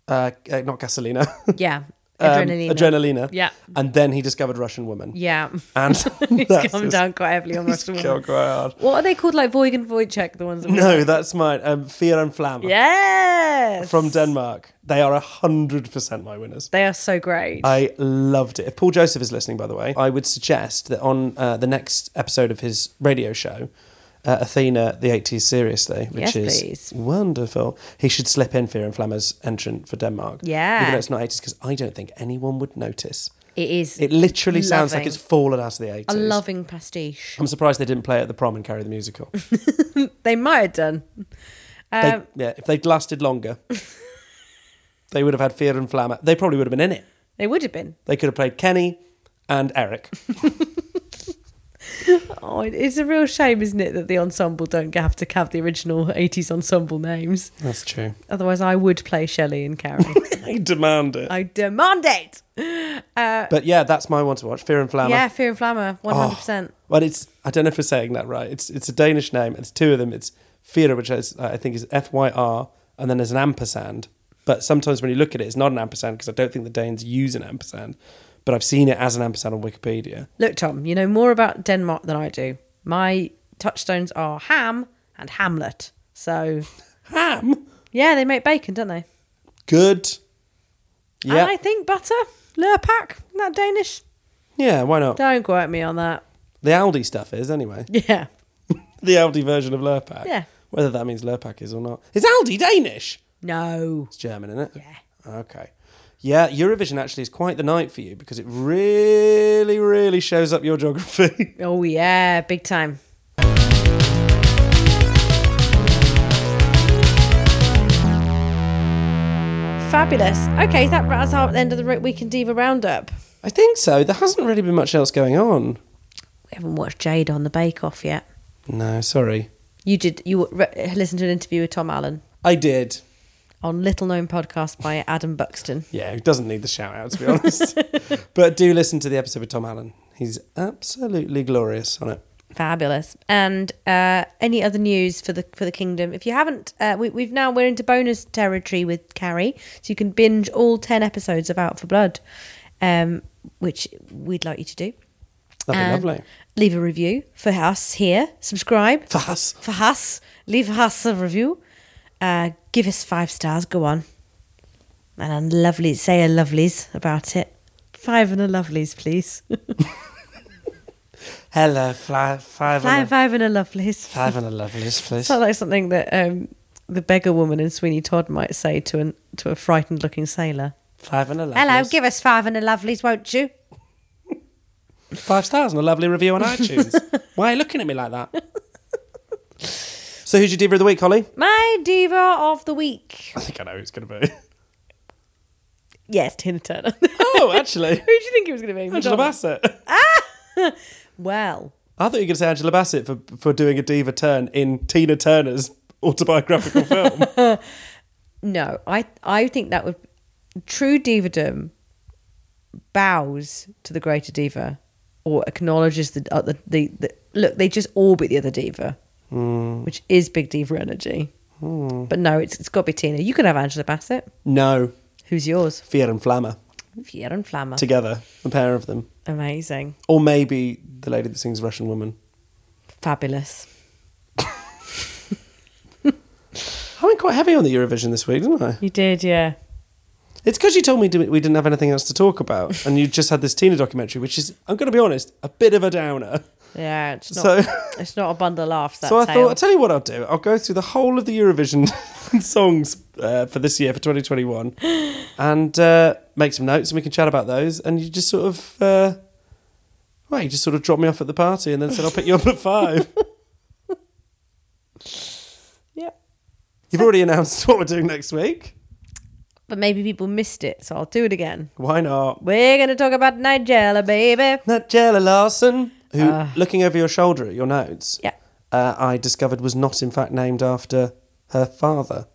Speaker 8: uh, uh, not Gasolina,
Speaker 7: Yeah.
Speaker 8: Um,
Speaker 7: Adrenaline.
Speaker 8: Adrenalina.
Speaker 7: Yeah.
Speaker 8: and then he discovered Russian Woman.
Speaker 7: Yeah.
Speaker 8: and
Speaker 7: He's
Speaker 8: that's
Speaker 7: come
Speaker 8: just-
Speaker 7: down quite heavily on
Speaker 8: he's
Speaker 7: Russian
Speaker 8: gone
Speaker 7: Woman.
Speaker 8: quite hard.
Speaker 7: What are they called? Like Voig and Voidcheck, the ones that we
Speaker 8: No, that's mine. Um, Fear and Flam
Speaker 7: Yes.
Speaker 8: from Denmark. They are hundred percent my winners.
Speaker 7: They are so great.
Speaker 8: I loved it. If Paul Joseph is listening, by the way, I would suggest that on uh, the next episode of his radio show, uh, Athena, the 80s Seriously,
Speaker 7: Yes,
Speaker 8: which is
Speaker 7: please.
Speaker 8: wonderful, he should slip in Fear and Flammer's entrant for Denmark.
Speaker 7: Yeah.
Speaker 8: Even though it's not 80s, because I don't think anyone would notice.
Speaker 7: it is.
Speaker 8: It literally sounds like
Speaker 7: loving.
Speaker 8: it's fallen out of the 80s.
Speaker 7: a loving pastiche.
Speaker 8: I'm surprised they didn't play it at the prom and carry the musical.
Speaker 7: They might have done.
Speaker 8: They-
Speaker 7: Um,
Speaker 8: yeah, if they'd lasted longer, they would have had Fear and Flammer. They probably would have been in it.
Speaker 7: They would have been.
Speaker 8: They could have played Kenny and Eric.
Speaker 7: Oh, it- it's a real shame, isn't it, that the ensemble don't have to have the original 80s ensemble names.
Speaker 8: That's true.
Speaker 7: Otherwise, I would play Shelley and Carrie.
Speaker 8: I demand it.
Speaker 7: I demand it.
Speaker 8: But yeah, that's my one to watch. Fear and Flammer.
Speaker 7: Yeah, Fear and Flammer, 100%.
Speaker 8: Well, it's I don't know if we're saying that right. It's it's a Danish name. It's two of them. It's Fyr, which is, I think is F Y R, and then there's an ampersand. But sometimes when you look at it, it's not an ampersand because I don't think the Danes use an ampersand. But I've seen it as an ampersand on Wikipedia.
Speaker 7: Look, Tom, you know more about Denmark than I do. My touchstones are ham and Hamlet. So,
Speaker 8: Ham.
Speaker 7: yeah, they make bacon, don't they?
Speaker 8: Good. Yeah.
Speaker 7: And I think butter, Lurpak, isn't that Danish?
Speaker 8: yeah. Why not?
Speaker 7: Don't quote me on that.
Speaker 8: The Aldi stuff is anyway.
Speaker 7: Yeah.
Speaker 8: The Aldi version of Lurpak.
Speaker 7: Yeah.
Speaker 8: Whether that means Lurpak is or not. Is Aldi Danish?
Speaker 7: No.
Speaker 8: It's German, isn't it? Yeah. Okay. Yeah, Eurovision actually is quite the night for you because it really, really shows up your geography.
Speaker 7: Oh, yeah, big time. Fabulous. Okay, that wraps up the end of the Rick Week and Diva roundup.
Speaker 8: I think so. There hasn't really been much else going on.
Speaker 7: We haven't watched Jade on the Bake Off yet.
Speaker 8: No, sorry.
Speaker 7: You did. You re- listened to an interview with Tom Allen
Speaker 8: I did.
Speaker 7: on Little Known Podcast by Adam Buxton.
Speaker 8: Yeah, it doesn't need the shout out, to be honest. but do listen to the episode with Tom Allen. He's absolutely glorious on it.
Speaker 7: Fabulous. And uh, any other news for the for the kingdom? If you haven't, uh, we, we've now we're into bonus territory with Carrie, so you can binge all ten episodes of Out for Blood, um, which we'd like you to do.
Speaker 8: That'd
Speaker 7: And
Speaker 8: be lovely.
Speaker 7: Leave a review for us here. Subscribe
Speaker 8: For us.
Speaker 7: for us. Leave us a review. Uh, give us five stars. Go on. And a lovely, say a lovelies about it. Five and a lovelies, please.
Speaker 8: Hello, fly, five,
Speaker 7: Five,
Speaker 8: and a,
Speaker 7: five and a lovelies.
Speaker 8: five and a loveliest, please.
Speaker 7: Sounds like something that um, the beggar woman in Sweeney Todd might say to an to a frightened looking sailor.
Speaker 8: Five and a loveliest.
Speaker 7: Hello, give us five and a lovelies, won't you?
Speaker 8: five stars and a lovely review on iTunes. Why are you looking at me like that? So who's your diva of the week, Holly?
Speaker 7: My diva of the week.
Speaker 8: I think I know who it's going to be.
Speaker 7: Yes, Tina Turner.
Speaker 8: Oh, actually,
Speaker 7: Who do you think it was going to be?
Speaker 8: Angela
Speaker 7: Madonna.
Speaker 8: Bassett.
Speaker 7: Well,
Speaker 8: I thought you were going to say Angela Bassett for, for doing a diva turn in Tina Turner's autobiographical film.
Speaker 7: no, I I think that would true divadom bows to the greater diva or acknowledges the other the, the look they just orbit the other diva,
Speaker 8: Hmm.
Speaker 7: which is big diva energy. But no, it's it's got to be Tina. You can have Angela Bassett.
Speaker 8: no,
Speaker 7: Who's yours?
Speaker 8: Fear and Flammer.
Speaker 7: Vier and Flammer.
Speaker 8: together, the pair of them.
Speaker 7: Amazing.
Speaker 8: Or maybe the lady that sings Russian Woman.
Speaker 7: Fabulous.
Speaker 8: I went quite heavy on the Eurovision this week, didn't I?
Speaker 7: You did, yeah.
Speaker 8: It's because you told me we didn't have anything else to talk about, and you just had this Tina documentary, which is, I'm going to be honest, a bit of a downer.
Speaker 7: Yeah, it's not,
Speaker 8: So-
Speaker 7: it's not a bundle of laughs, that
Speaker 8: so I
Speaker 7: tale.
Speaker 8: thought, I'll tell you what I'll do. I'll go through the whole of the Eurovision songs uh, for this year, for 2021, and uh, make some notes, and we can chat about those. And you just sort of, uh, well, you just sort of dropped me off at the party, and then said, I'll pick you up at five.
Speaker 7: yeah.
Speaker 8: You've already announced what we're doing next week.
Speaker 7: But maybe people missed it, so I'll do it again.
Speaker 8: Why not?
Speaker 7: We're going to talk about Nigella, baby.
Speaker 8: Nigella Larson, who, looking over your shoulder at your notes,
Speaker 7: Uh. Yeah.
Speaker 8: uh, I discovered was not in fact named after her father.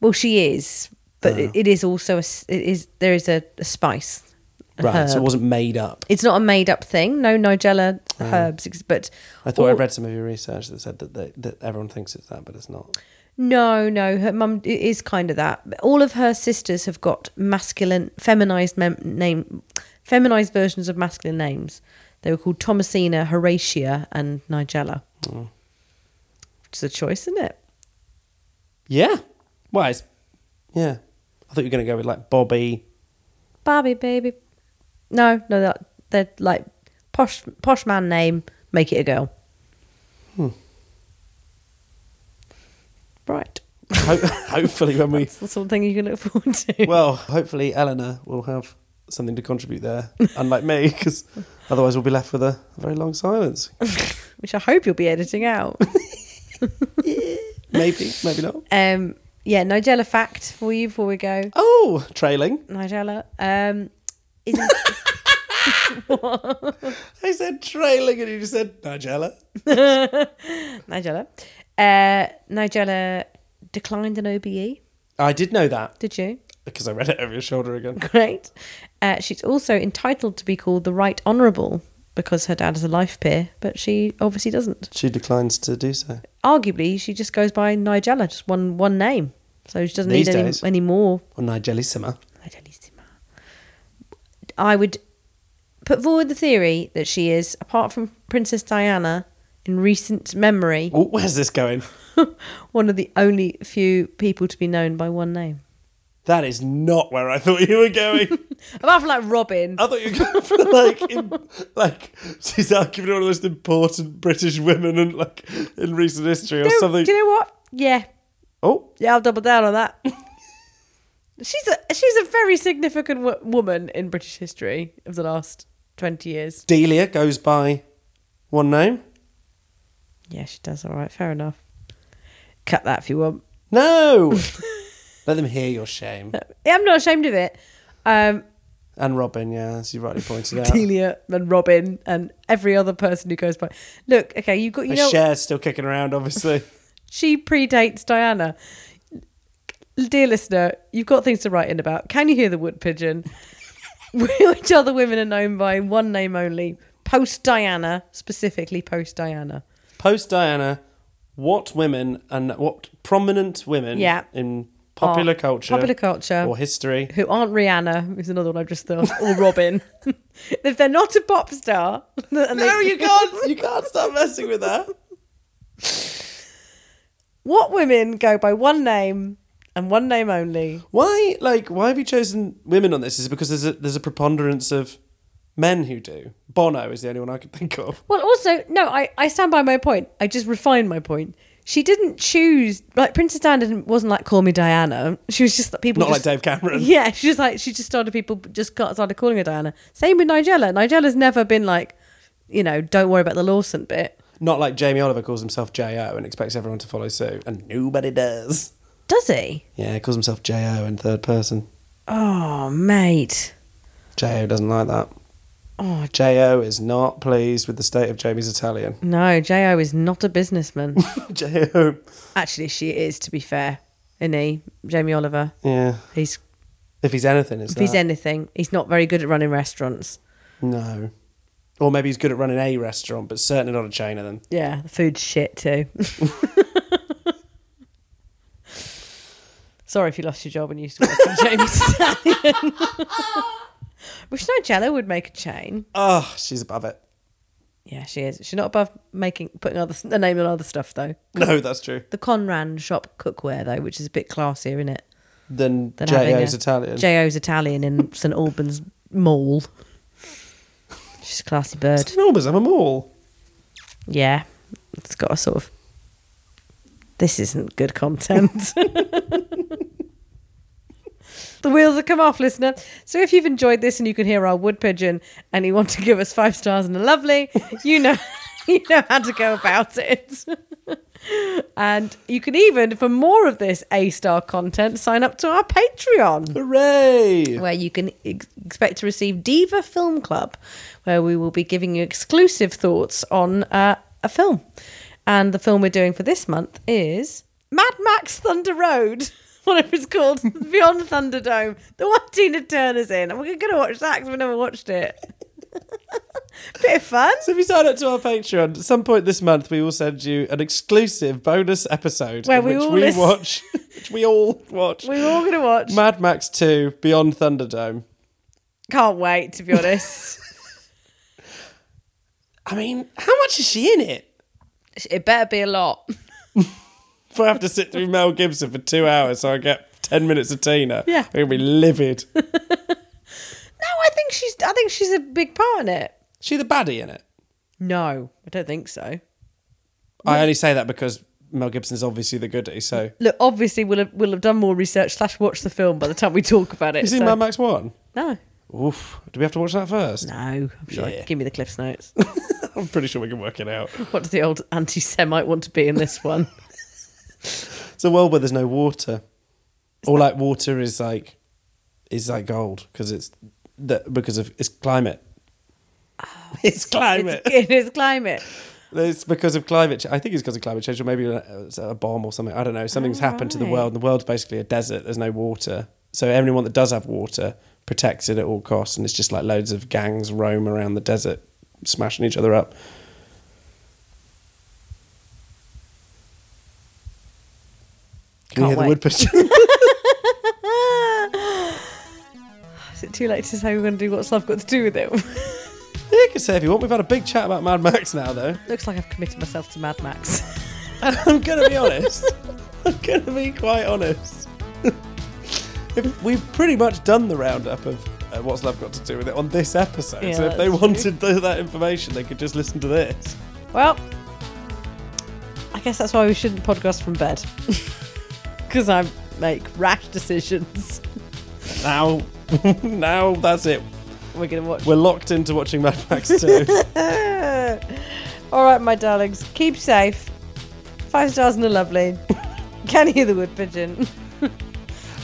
Speaker 7: Well, she is, but it, it is also a, s- it is there is a, a spice. a
Speaker 8: Right, so it
Speaker 7: herb.
Speaker 8: wasn't made up.
Speaker 7: It's not a made up thing. No Nigella herbs, ex- but
Speaker 8: I thought I
Speaker 7: all-
Speaker 8: read some of your research that said that, they, that everyone thinks it's that, but it's not.
Speaker 7: No, no, her mum it is kind of that. All of her sisters have got masculine, feminized mem- name, feminized versions of masculine names. They were called Thomasina, Horatia, and Nigella. Which is a choice, isn't it?
Speaker 8: Yeah. Why? It's, yeah. I thought you were going to go with like Bobby.
Speaker 7: Barbie, baby. No, no, that they're like posh, posh man name. Make it a girl. Right.
Speaker 8: Ho- hopefully, when we
Speaker 7: It's the sort of thing you can look forward to.
Speaker 8: well, hopefully Eleanor will have something to contribute there, unlike me, because otherwise we'll be left with a very long silence.
Speaker 7: Which I hope you'll be editing out.
Speaker 8: Maybe, maybe not.
Speaker 7: Um, yeah, Nigella fact for you before we go.
Speaker 8: Oh, trailing.
Speaker 7: Nigella, um, is
Speaker 8: I said trailing, and you just said Nigella.
Speaker 7: Nigella, uh, Nigella declined an OBE.
Speaker 8: I did know that
Speaker 7: Did you?
Speaker 8: because I read it over your shoulder again.
Speaker 7: Great. Uh, she's also entitled to be called the Right Honourable because her dad is a life peer, but she obviously doesn't.
Speaker 8: She declines to do so.
Speaker 7: Arguably, she just goes by Nigella, just one one name, so she doesn't
Speaker 8: These
Speaker 7: need any,
Speaker 8: days.
Speaker 7: any more
Speaker 8: Or Nigelissima.
Speaker 7: Nigellissima. I would put forward the theory that she is, apart from Princess Diana, in recent memory,
Speaker 8: Oh, where's this going?
Speaker 7: one of the only few people to be known by one name.
Speaker 8: That is not where I thought you were going.
Speaker 7: Apart from like Robin.
Speaker 8: I thought you were going for like, in, like she's arguing one of the most important British women and like in recent history or
Speaker 7: do,
Speaker 8: something.
Speaker 7: do you know what? Yeah,
Speaker 8: oh,
Speaker 7: yeah, I'll double down on that. she's a she's a very significant wo- woman in British history of the last twenty years.
Speaker 8: Delia goes by one name.
Speaker 7: Yeah, she does all right. Fair enough. Cut that if you want.
Speaker 8: No, let them hear your shame.
Speaker 7: Yeah, I'm not ashamed of it. Um,
Speaker 8: And Robin, yeah, as you rightly pointed out,
Speaker 7: Delia and Robin and every other person who goes by. Look, okay, you've got you
Speaker 8: the
Speaker 7: know
Speaker 8: share's still kicking around. Obviously,
Speaker 7: she predates Diana. Dear listener, you've got things to write in about. Can you hear the wood pigeon? Which other women are known by one name only? Post Diana, specifically post Diana.
Speaker 8: post Diana, what women and what prominent women,
Speaker 7: Yeah.
Speaker 8: in Oh, popular
Speaker 7: Are-
Speaker 8: culture,
Speaker 7: popular culture.
Speaker 8: or history,
Speaker 7: Who aren't Rihanna, who's another one I've just thought, or Robin. if they're not a pop star. and they-
Speaker 8: No, you can't. You can't stop messing with that.
Speaker 7: What women go by one name and one name only?
Speaker 8: Why, like, why have you chosen women on this? Is it because there's a there's a preponderance of men who do? Bono is the only one I could think of.
Speaker 7: Well, also, no, I, I stand by my point. I just refined my point. She didn't choose, like, Princess Diana didn't- wasn't like, call me Diana. She was just that people.
Speaker 8: Not like
Speaker 7: just,
Speaker 8: Dave Cameron.
Speaker 7: Yeah, she just like, she just started, people just got started calling her Diana. Same with Nigella. Nigella's never been like, you know, don't worry about the Lawson bit.
Speaker 8: Not like Jamie Oliver calls himself Jo and expects everyone to follow suit, and nobody does.
Speaker 7: Does he?
Speaker 8: Yeah, he calls himself Jo in third person.
Speaker 7: Oh, mate.
Speaker 8: Jo doesn't like that.
Speaker 7: Oh,
Speaker 8: Jo is not pleased with the state of Jamie's Italian.
Speaker 7: no, Jo is not a businessman.
Speaker 8: Jo,
Speaker 7: Actually, she is, to be fair. Isn't he? Jamie Oliver.
Speaker 8: yeah.
Speaker 7: He's,
Speaker 8: If he's anything, is
Speaker 7: if he's
Speaker 8: that?
Speaker 7: anything, he's not very good at running restaurants.
Speaker 8: no. Or maybe he's good at running a restaurant, but certainly not a chain of them.
Speaker 7: Yeah, the food's shit too. Sorry if you lost your job and you used to work at Jamie's Italian. Rich Nigello would make a chain.
Speaker 8: Oh, she's above it.
Speaker 7: Yeah, she is. She's not above making putting other a name on other stuff though.
Speaker 8: No, that's true.
Speaker 7: The Conran shop cookware though, which is a bit classier, isn't it?
Speaker 8: Then
Speaker 7: than having
Speaker 8: J.O.'s
Speaker 7: a-
Speaker 8: Italian.
Speaker 7: J.O.'s Italian in St Albans Mall. She's a classy bird.
Speaker 8: it's enormous. I'm a mall.
Speaker 7: Yeah, it's got a sort of. This isn't good content. the wheels have come off, listener. So if you've enjoyed this and you can hear our wood pigeon and you want to give us five stars and a lovely, you know, you know how to go about it. and you can even, for more of this A star content, sign up to our Patreon
Speaker 8: Hooray!
Speaker 7: where you can ex- expect to receive Diva Film Club, where we will be giving you exclusive thoughts on uh, a film. And the film we're doing for this month is Mad Max Thunder Road, whatever it's called, Beyond Thunderdome, the one Tina Turner's in. And we're going to watch that because we've never watched it. Bit of fun.
Speaker 8: So if you sign up to our Patreon, at some point this month we will send you an exclusive bonus episode
Speaker 7: Where
Speaker 8: in
Speaker 7: we
Speaker 8: which
Speaker 7: all
Speaker 8: we
Speaker 7: listen-
Speaker 8: watch, which we all watch.
Speaker 7: We're all going to watch.
Speaker 8: Mad Max 2 Beyond Thunderdome.
Speaker 7: Can't wait, to be honest.
Speaker 8: I mean, how much is she in it?
Speaker 7: it better be a lot.
Speaker 8: If I have to sit through Mel Gibson for two hours so I get 10 minutes of Tina,
Speaker 7: Yeah.
Speaker 8: I'm going to be livid. Is
Speaker 7: No, I think she's. I think she's a big part in it.
Speaker 8: she the baddie in it?
Speaker 7: No, I don't think so.
Speaker 8: I only say that because Mel Gibson is obviously the goodie, so.
Speaker 7: Look, obviously we'll have, we'll have done more research slash watch the film by the time we talk about it.
Speaker 8: You seen
Speaker 7: so-
Speaker 8: Mad Max 1?
Speaker 7: No,
Speaker 8: Oof. Do we have to watch that first?
Speaker 7: no, I'm sure.
Speaker 8: Yeah.
Speaker 7: Give me the Cliff's notes.
Speaker 8: I'm pretty sure we can work it out.
Speaker 7: what does the old anti-Semite want to be in this one?
Speaker 8: It's a world where there's no water. or like water is like is like gold because it's the, because of it's climate. it's climate.
Speaker 7: it's, it is climate.
Speaker 8: It's because of climate. Ch- I think it's because of climate change, or maybe a, a bomb or something. I don't know. Something's happened to the
Speaker 7: Oh, right.
Speaker 8: world, and the world's basically a desert. There's no water, so anyone that does have water protects it at all costs, and it's just like loads of gangs roam around the desert, smashing each other up. Can
Speaker 7: Can't
Speaker 8: you hear
Speaker 7: wait.
Speaker 8: the woodpecker?
Speaker 7: Is it too late to say we're going to do what's love got to do with it?
Speaker 8: yeah, you can say if you want. We've had a big chat about Mad Max now, though.
Speaker 7: Looks like I've committed myself to Mad Max.
Speaker 8: And I'm gonna be honest. I'm gonna be quite honest. if we've pretty much done the roundup of uh, what's love got to do with it on this episode.
Speaker 7: Yeah,
Speaker 8: so if they
Speaker 7: that's true.
Speaker 8: wanted th- that information, they could just listen to this.
Speaker 7: well, I guess that's why we shouldn't podcast from bed because I make rash decisions.
Speaker 8: Now, now that's it.
Speaker 7: We're going to watch.
Speaker 8: We're locked into watching Mad Max 2.
Speaker 7: All right, my darlings, keep safe. Five stars and a lovely. Can you hear the wood pigeon?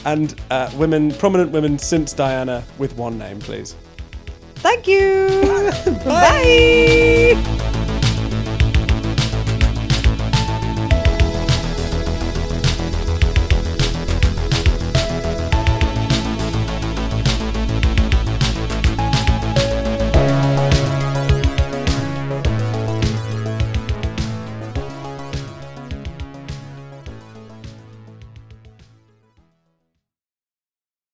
Speaker 8: and uh, women, prominent women since Diana, with one name, please.
Speaker 7: Thank you. Bye.